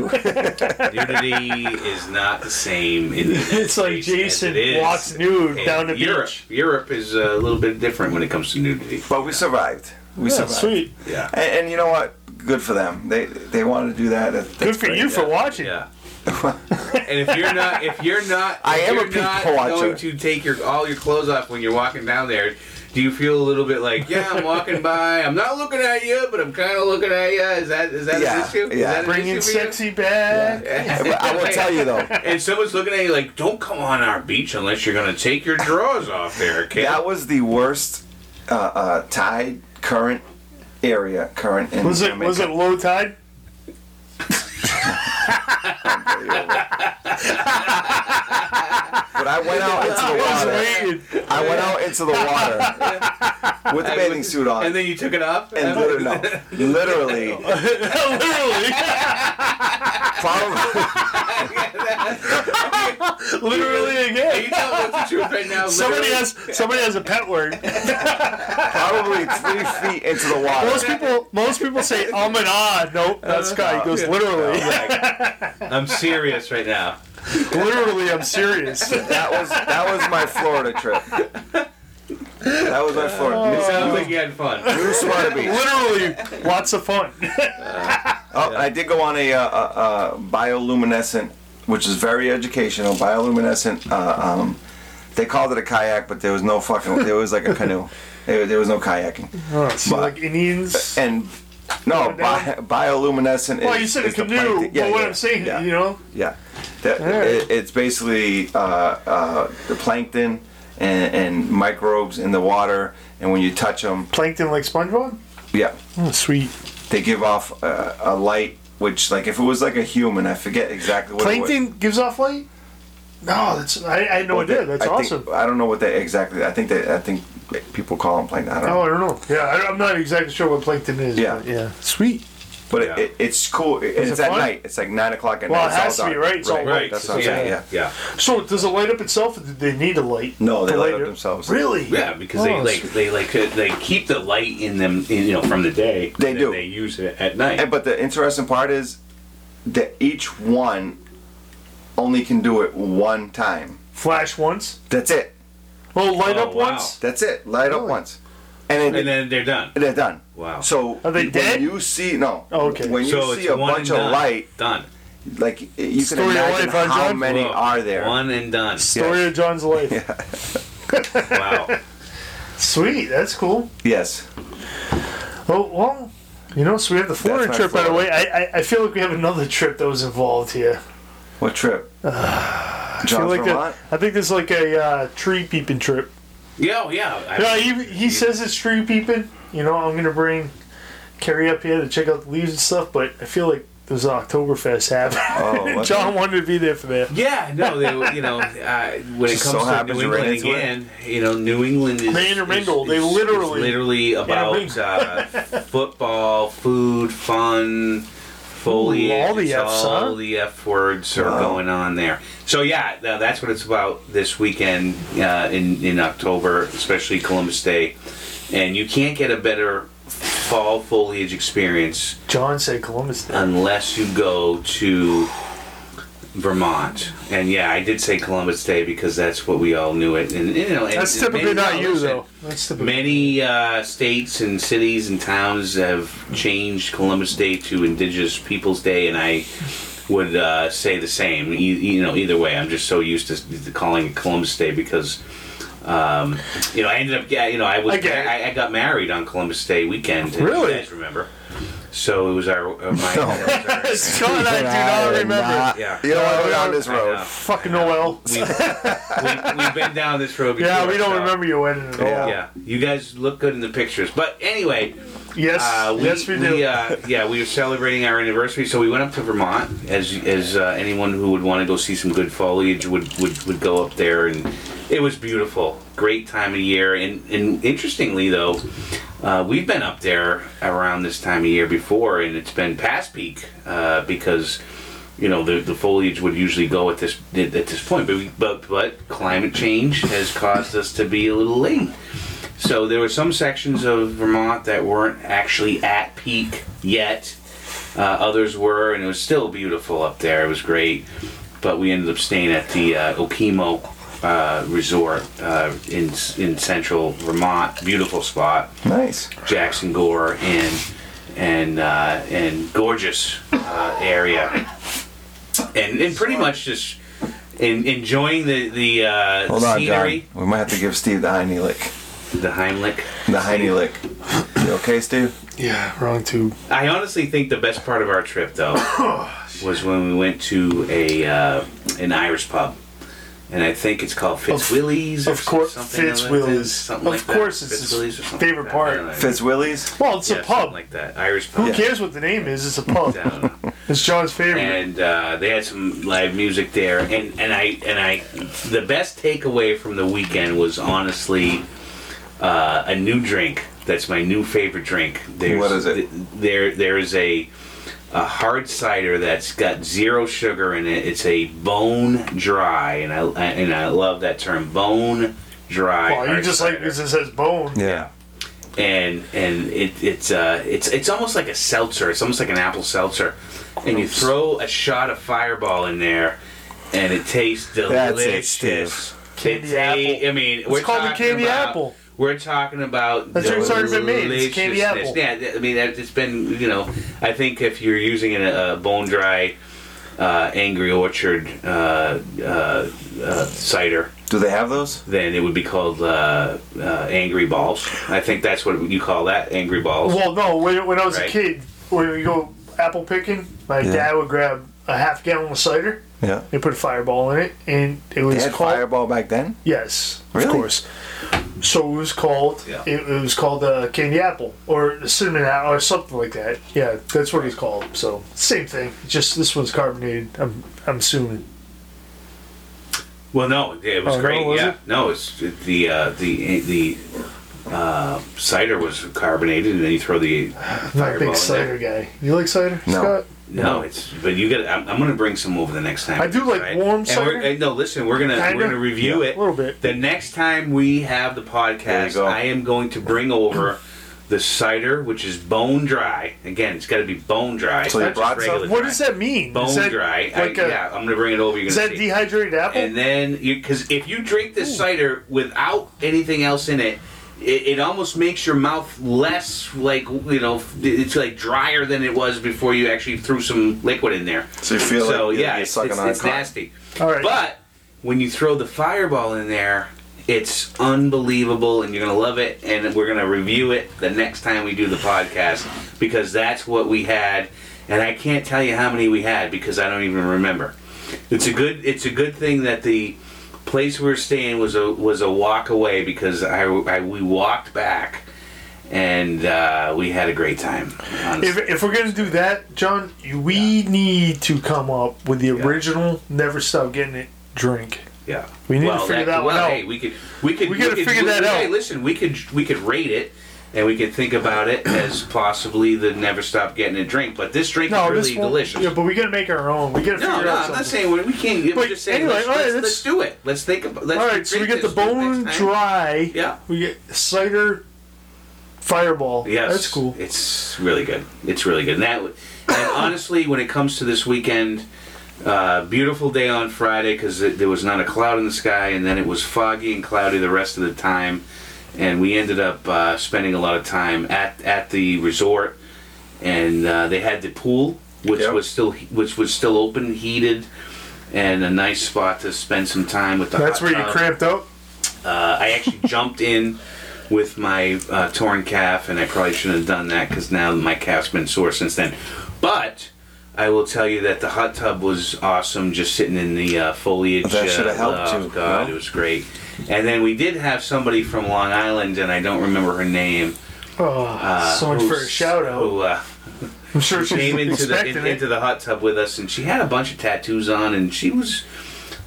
nudity is not the same in the United It's like States as Jason it is walks nude in down the Europe. beach. Europe is a little bit different when it comes to nudity. But we survived. We Yeah, survived. sweet. Yeah. And, and you know what? Good for them. They they wanted to do that. That- Good that's for great. you for watching. Yeah. and if you're not, if you're not, I if am a you're not people watcher. going to take your all your clothes off when you're walking down there, do you feel a little bit like, yeah, I'm walking by, I'm not looking at you, but I'm kind of looking at you? Is that is that Yeah, an issue? Is yeah. that an Bringing issue for you? sexy back. But I will tell you though, And someone's looking at you like, don't come on our beach unless you're gonna take your drawers off there, kid. that was the worst uh, uh, tide current area current in Was it was it low tide? But I went out into I the was water. waiting. I went out into the water with the bathing suit on. And then you took it off. and literally, no, literally, literally, probably, literally Are you again. telling us the truth right now? Somebody literally? has somebody has a pet word. probably three feet into the Most water. people most people say um and ah. Nope, that's Scott. He goes literally, I'm serious right now. literally. I'm serious. That was that was my Florida trip. That was my Florida. Sounds like you had fun. New, New Smyrna Beach. Literally, lots of fun. Oh, I did go on a, uh, uh, uh, bioluminescent, which is very educational, bioluminescent uh, um, They called it a kayak, but there was no fucking. there was like a canoe. There, there was no kayaking. All right, so But- like Indians. And no, bi- bioluminescent. Well, is, you said a is the canoe, plankton- yeah, but what yeah, I'm saying, yeah. you know, Yeah, that, Alright. it, it's basically uh, uh, the plankton and, and microbes in the water, and when you touch them, plankton like SpongeBob. yeah, Oh, sweet. they give off a, a light. Which, like, if it was like a human, I forget exactly what It was. Plankton gives off light. No, that's I, I had no Well, idea. they- That's I think- awesome. I don't know what they exactly. I think they. I think people call them plankton. I don't know. Oh, I don't know. Yeah, I, I'm not exactly sure what plankton is. Yeah. but yeah. Sweet. But Yeah. it, it, it's cool. and Is it's it at fun? night. It's like nine o'clock at Well, night. it It's all has to be, dark. right? It's all Right. That's what I'm yeah. saying. Yeah. Yeah. So does it light up itself, or did they need a light? No, they to light up themselves. Really? Yeah, because they Oh, like they like to- they keep the light in them, in, you know, from the day. They and do. They use it at night. And, but the interesting part is that each one only can do it one time. Flash once. That's it. Well, light Oh, up wow. once. That's it. Light up once, and, and then then they're done. they're done. Wow. So Are they when dead? you see no, Oh, okay. when you so see it's a one bunch and of done. light, Done. like you can Story of imagine life, huh, how John? many Look, are there. One and done. Story of John's life. Wow. Sweet. That's cool. Yes, Oh well, you know, so we have the Florida my trip out of the way. Florida. I, I I feel like we have another trip that was involved here. what trip? I John feel like Vermont. a, I think there's like a uh, tree peeping trip. yeah, oh, yeah. I- Yeah, he, he says it's tree peeping. You know, I'm gonna bring Carrie up here to check out the leaves and stuff. But I feel like there's an Oktoberfest happening. Oh, okay. John wanted to be there for that. yeah, no, they, you know, uh, when it Just comes to so happens New you ran England into it. again, you know, New England is They intermingle. is- They is- is literally literally about intermingle. uh, football, food, fun, foliage. Ooh, all the It's Fs, all huh? the F words are Wow. going on there. So yeah, no, that's what it's about this weekend uh, in in October, especially Columbus Day, and you can't get a better fall foliage experience John said Columbus Uh, Day. unless you go to Vermont. And yeah, I did say Columbus Day because that's what we all knew it. And you know, and- That's and typically many- not you listen, though. That's typically. Many uh, states and cities and towns have changed Columbus Day to Indigenous Peoples Day, and I would uh, say the same. E- you know, either way, I'm just so used to calling it Columbus Day because. Um, you know, I ended up. Yeah, you know, I was. I get it. I, I got married on Columbus Day weekend. and Really? You guys remember? So it was our. Uh, my, John, I do not remember. Yeah. You don't want to go down this I know. road. Fuck Noel. we, we, we've been down this road before. Yeah, we don't so- remember your wedding at all. Yeah. Yeah, you guys look good in the pictures. But anyway, Yes, uh, we, yes, we do. uh, yeah, we were celebrating our anniversary, so we went up to Vermont. As as uh, anyone who would want to go see some good foliage would, would would go up there, and it was beautiful. Great time of year, and and interestingly though, uh, we've been up there around this time of year before, and it's been past peak uh, because. You know the, the foliage would usually go at this at this point, but, we, but but climate change has caused us to be a little late. So there were some sections of Vermont that weren't actually at peak yet. Uh, others were, and it was still beautiful up there. It was great, but we ended up staying at the uh, Okemo uh, Resort uh, in in central Vermont. Beautiful spot, Nice. Jackson Gore and and uh, and gorgeous uh, area, and and pretty much just. In, enjoying the the uh, Hold on, John. scenery, We might have to give Steve the hiney lick. the Heimlich. The hiney lick. You okay, Steve? yeah, wrong tube. I honestly think the best part of our trip, though, Oh, was when we went to a uh, an Irish pub, and I think it's called Fitzwillies. of course, something like that, Fitzwillies. something Of like that. course it's his Fitzwillies or something favorite like that. part. I don't know. Fitzwillies? Well, it's Yeah, a pub. something like that. Irish Who pub. cares what the name is? It's a pub. I don't know. It's John's favorite. and uh, they had some live music there and, and i and i the best takeaway from the weekend was honestly uh, a new drink that's my new favorite drink there's, What is it? th- there there is a a hard cider that's got zero sugar in it it's a bone dry and i, I- and i love that term bone dry Well, you hard just like cider because it says bone. Yeah. and and it, it's uh it's it's almost like a seltzer. It's almost like an apple seltzer, and you throw a shot of Fireball in there, and it tastes That's it, delicious. Candy It's a- apple. I mean, It's we're called a talking candy about- apple. We're talking about That's what it's already been made. It's a candy deliciousness. apple. Yeah, th- I mean, that- it's been you know. I think if you're using a, a bone dry. Uh, Angry Orchard uh, uh, uh, cider. Do they have those? then it would be called uh, uh, Angry Balls. I think that's what you call that, Angry Balls. Well, no, when, when I was a Right. kid, when we go apple picking, my Yeah. dad would grab a half gallon of cider Yeah. and put a fireball in it, and it They was had called Fireball back then. yes, Really? of course. So it was called Yeah. it, it was called uh, candy apple or cinnamon apple or something like that. Yeah, that's what it's called. So same thing, just this one's carbonated. I'm I'm assuming. Well, no, it was Oh, no, great. was yeah, it? no, it's the uh, the the uh, cider was carbonated, and then you throw the I'm not a Fireball in big cider guy. You like cider, No. Scott? no. It's but you got. I'm, I'm gonna bring some over the next time. I do like warm And cider. we're- and no, listen, we're gonna Kinda. we're gonna review Yeah, it a little bit. The next time we have the There you podcast, go. I am going to bring over. The cider, which is bone dry, again, it's got to be bone dry. So you not just brought some? regular What dry. does that mean? Bone is that dry. I- Like a, yeah, I'm gonna bring it over. You're is gonna that see. dehydrated apple? and then you because if you drink this cider without anything else in it, it, it almost makes your mouth less like you know it's like drier than it was before you actually threw some liquid in there. So you feel so like yeah, you're it's, sucking it's, on it's cotton. nasty. All right. But when you throw the fireball in there, it's unbelievable, and you're gonna love it. And we're gonna review it the next time we do the podcast because that's what we had, and I can't tell you how many we had because I don't even remember. It's a good. It's a good thing that the place we were staying was a was a walk away because I, I we walked back. And uh, we had a great time. honestly. If, if we're gonna do that, John, you- we need to come up with the original "Never Stop Getting It" drink. Yeah, We need to figure that one well, out. Hey, we could, we could, We gotta could- figure that hey, out. listen, we could, we could rate it, and we could think about it as possibly the never stop getting a drink. But this drink No, is this really one, delicious. Yeah, but we gotta make our own. We gotta figure no, no, out I'm not something. saying we, we can't. I'm But just saying, anyway, let's, all right, let's, let's- let's do it. Let's think about. Let's All right, so we drink get the this next bone time. dry. Yeah. We get cider, fireball. Yes, that's cool. It's really good. It's really good. And that, would- and honestly, when it comes to this weekend, uh, beautiful day on Friday because there was not a cloud in the sky, and then it was foggy and cloudy the rest of the time, and we ended up uh, spending a lot of time at at the resort, and uh, they had the pool, which Yep. was still which was still open, heated. And a nice spot to spend some time with the That's hot where you tub. cramped up. Uh, I actually jumped in with my uh, torn calf, and I probably shouldn't have done that because now my calf's been sore since then. But I will tell you that the hot tub was awesome, just sitting in the uh, foliage. That should uh, have helped oh, you, God, no? it was great. And then we did have somebody from Long Island, and I don't remember her name. Oh, uh, so much who- for a shout out. Who uh, I'm sure she's came into the expecting in, it. into the hot tub with us, and she had a bunch of tattoos on, and she was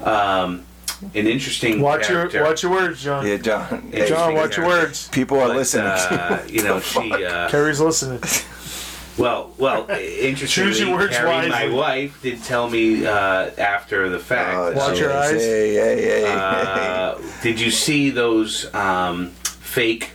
um, an interesting Watch your character. watch your words, John. Yeah, John. Yeah, Hey, John, Interesting watch your character. words. people are But, listening. uh, you know, she. Uh, Carrie's listening. well, well. Interestingly, Choose your words Carrie, my wisely. wife, did tell me uh, after the fact. Oh, Watch jeez. your eyes. Hey, hey, hey, hey. uh, did you see those um, fake?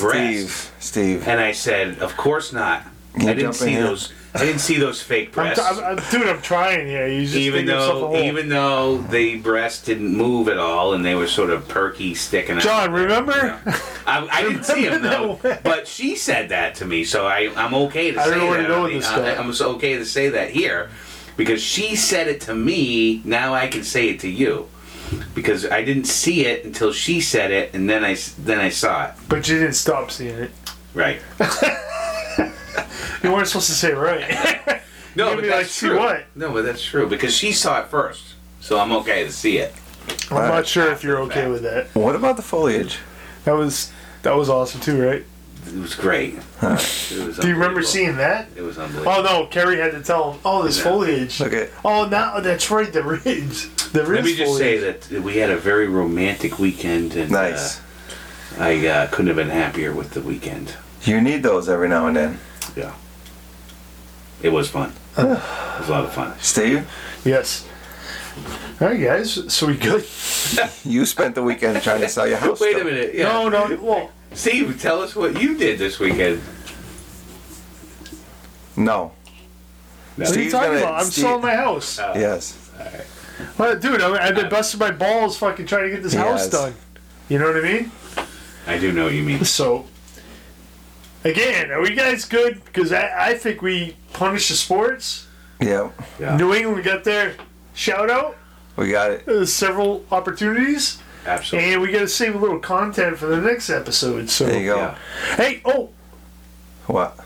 breasts. Steve, Steve. And I said, of course not. you I didn't jump in see here? those. I didn't see those fake I'm breasts. t- I'm, I'm, dude, I'm trying here. You just even dig yourself a though, hole. even though the breasts didn't move at all, and they were sort of perky, sticking out. John, remember? I, I didn't see him though, Remember that but she said that to me, so I, I'm okay to I say don't know where that. to go on with the- this I, guy. I'm so okay to say that here because she said it to me. Now I can say it to you because I didn't see it until she said it, and then I s- then I saw it. But you didn't stop seeing it. Right? You weren't supposed to say right. You're No, gonna but be that's like, "See true. what?" No, but that's true because she saw it first, so I'm okay to see it. I'm not sure if you're okay with that. What about the foliage? That was that was awesome too, right? It was great. It was Do you remember unbelievable. seeing that? It was unbelievable. Oh no, Carrie had to tell him. Oh, this Yeah. foliage. Okay. Oh, now that's right. The ribs. The ribs. Let me just say foliage. that we had a very romantic weekend and uh, Nice. I uh, couldn't have been happier with the weekend. You need those every now and then. Yeah. It was fun. it was a lot of fun. Steve, Yes. All right, guys. So we good? you spent the weekend trying to sell your house. Wait a though. minute. Yeah. No, no. Well, Steve, tell us what you did this weekend. No. No. what are you Steve's talking gonna- about? I'm Steve- selling my house. Yes. Well, dude, I I've been busting my balls, fucking trying to get this house Yes. done. You know what I mean? I do know what you mean. So, again, are we guys good? Because I, I think we punish the sports. Yeah. Yeah. New England got their shout out, We got it. uh, several opportunities. Absolutely. And we got to save a little content for the next episode. So There you go. Yeah. hey, oh, What?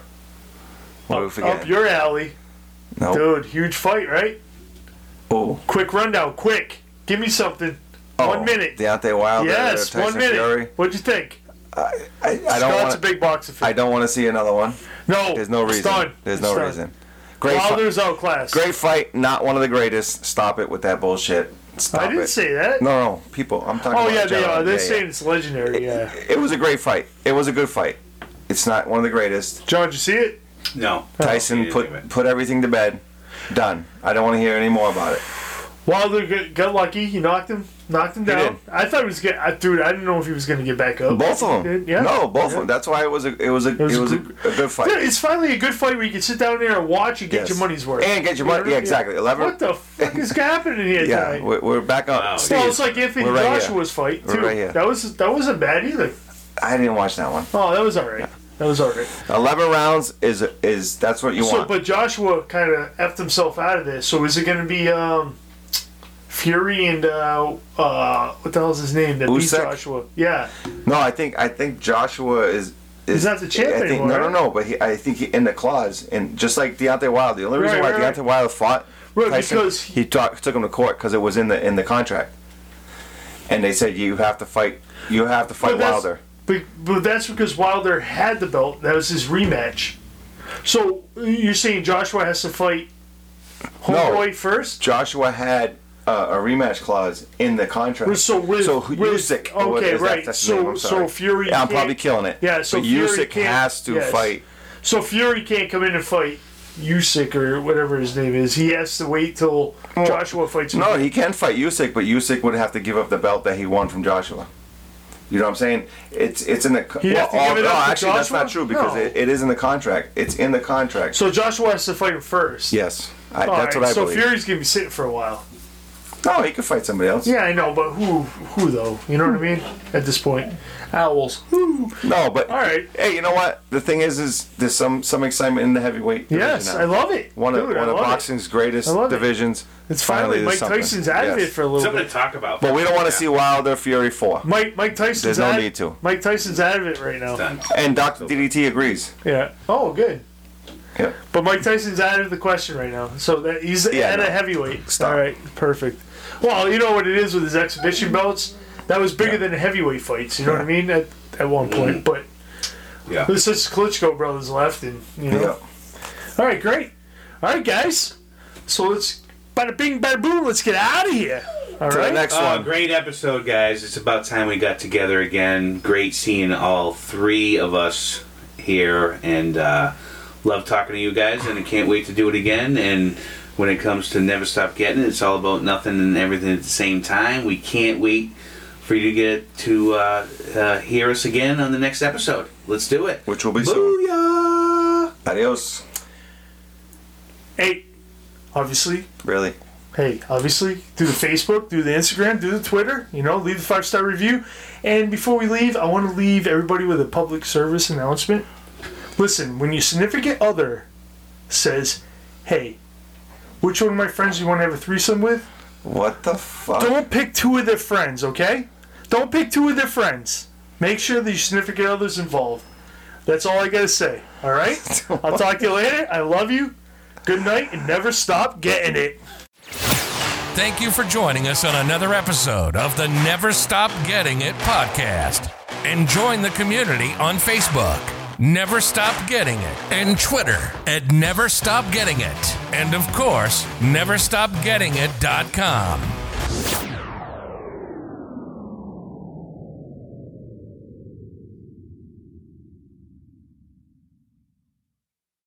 What do we forget? Oh. up your alley, no. dude! Huge fight, right? Oh. Quick rundown, quick! Give me something. oh. One minute. Deontay Wilder. yes, Tyson one minute. Fury. What'd you think? I, I don't Scott's wanna, a big boxing fan. I don't want to see another one. no, There's no it's reason. done. There's It's no done. reason. Great, fi- Wilder's outclassed. great fight. Not one of the greatest. Stop it with that bullshit. Stop I didn't it. say that. No, no, people. I'm talking. Oh about yeah, they general. are. They're Yeah, yeah. saying it's legendary. Yeah. It was a great fight. It was a good fight. It's not one of the greatest. John, did you see it? No. Tyson Yeah, put anyway. put everything to bed. Done. I don't want to hear any more about it. Wilder got, got lucky. He knocked him, knocked him down. did. I thought he was gonna. I, dude, I didn't know if he was gonna get back up. Both of He did, them. Yeah. No, both of them. That's why it was a it was a it was was, a a, good- a good fight. Yeah, it's finally a good fight where you can sit down there and watch and get Yes. your money's worth. And get your You know money- what I yeah, mean? exactly. Eleven- What the fuck is happening here yeah, tonight? we're, we're back on. Wow. Steve, Well, it's like Anthony we're right here. Joshua's fight We're too. right here. That was that wasn't bad either. I didn't watch that one. Oh, that was all right. That was all right. Eleven rounds is is that's what you So, want. but Joshua kind of effed himself out of this. So, is it going to be um, Fury and uh, uh, what the hell's his name that beat Usyk? Joshua? Yeah, no, I think I think Joshua is. is He's not the champ I think, anymore, No, right? no, no. But he, I think he, in the clause, and just like Deontay Wilder, the only reason Right, why right, right. Deontay Wilder fought Right, Tyson, because- he talk, took him to court because it was in the in the contract, and they said you have to fight. You have to fight But that's- Wilder. But, but that's because Wilder had the belt. That was his rematch. So you're saying Joshua has to fight Homeboy first? Joshua had uh, a rematch clause in the contract. So with so with, Usyk, or what okay, is that? right. That's the name, so I'm so sorry. Fury. Yeah, I'm can't- probably killing it. Yeah, so but Fury Usyk can't- has to yes. fight. So Fury can't come in and fight Usyk or whatever his name is. He has to wait till Joshua fights. No, him. he can fight Usyk, but Usyk would have to give up the belt that he won from Joshua. You know what I'm saying? It's it's in the He'd have to give it no, up to actually that's not Joshua? true because No. it, it is in the contract. It's in the contract. So Joshua has to fight him first. yes, I, All that's right, what I so believe. Fury's gonna be sitting for a while. no, he could fight somebody else. Yeah, I know, but who? Who though? You know what I mean? At this point, owls. Who? No, but All right. Hey, you know what? The thing is, is there's some some excitement in the heavyweight. division Yes, now. I love it. One of Dude, I one of love it. boxing's greatest I love it. divisions. It's finally, there's Mike something. Tyson's out of Yes. it for a little Something bit. to talk about. But we don't want to Yeah. see Wilder Fury four. Mike Mike Tyson's There's no out, need to. Mike Tyson's out of it right now. Done. And Dr. DDT agrees. Yeah. Oh, good. Yeah. But Mike Tyson's out of the question right now, so that he's Yeah, at no. a heavyweight. Stop. All right, perfect. Well, you know what it is with his exhibition belts. That was bigger than heavyweight fights. You know what I mean? At, at one point, but Yeah. there's just Klitschko brothers left, and you know. Yeah. All right, great. All right, guys. So let's bada bing, bada boom. Let's get out of here. All right. Uh, To the next Oh, one. great episode, guys. It's about time we got together again. Great seeing all three of us here, and uh, love talking to you guys, and I can't wait to do it again. And when it comes to Never Stop Getting It, it's all about nothing and everything at the same time. We can't wait for you to get to uh, uh, hear us again on the next episode. Let's do it. Which will be soon. Booyah! Adios. Hey, obviously, Really. hey, obviously, do the Facebook, do the Instagram, do the Twitter, you know, leave the five star review. And before we leave, I want to leave everybody with a public service announcement. Listen, when your significant other says, hey, which one of my friends do you want to have a threesome with? What the fuck? Don't pick two of their friends, okay? Don't pick two of their friends. Make sure that your significant other's involved. That's all I gotta say, alright? I'll talk to you later. I love you. Good night and never stop getting it. Thank you for joining us on another episode of the Never Stop Getting It podcast. And join the community on Facebook, Never Stop Getting It, and Twitter at Never Stop Getting It. And of course, neverstopgettingit.com.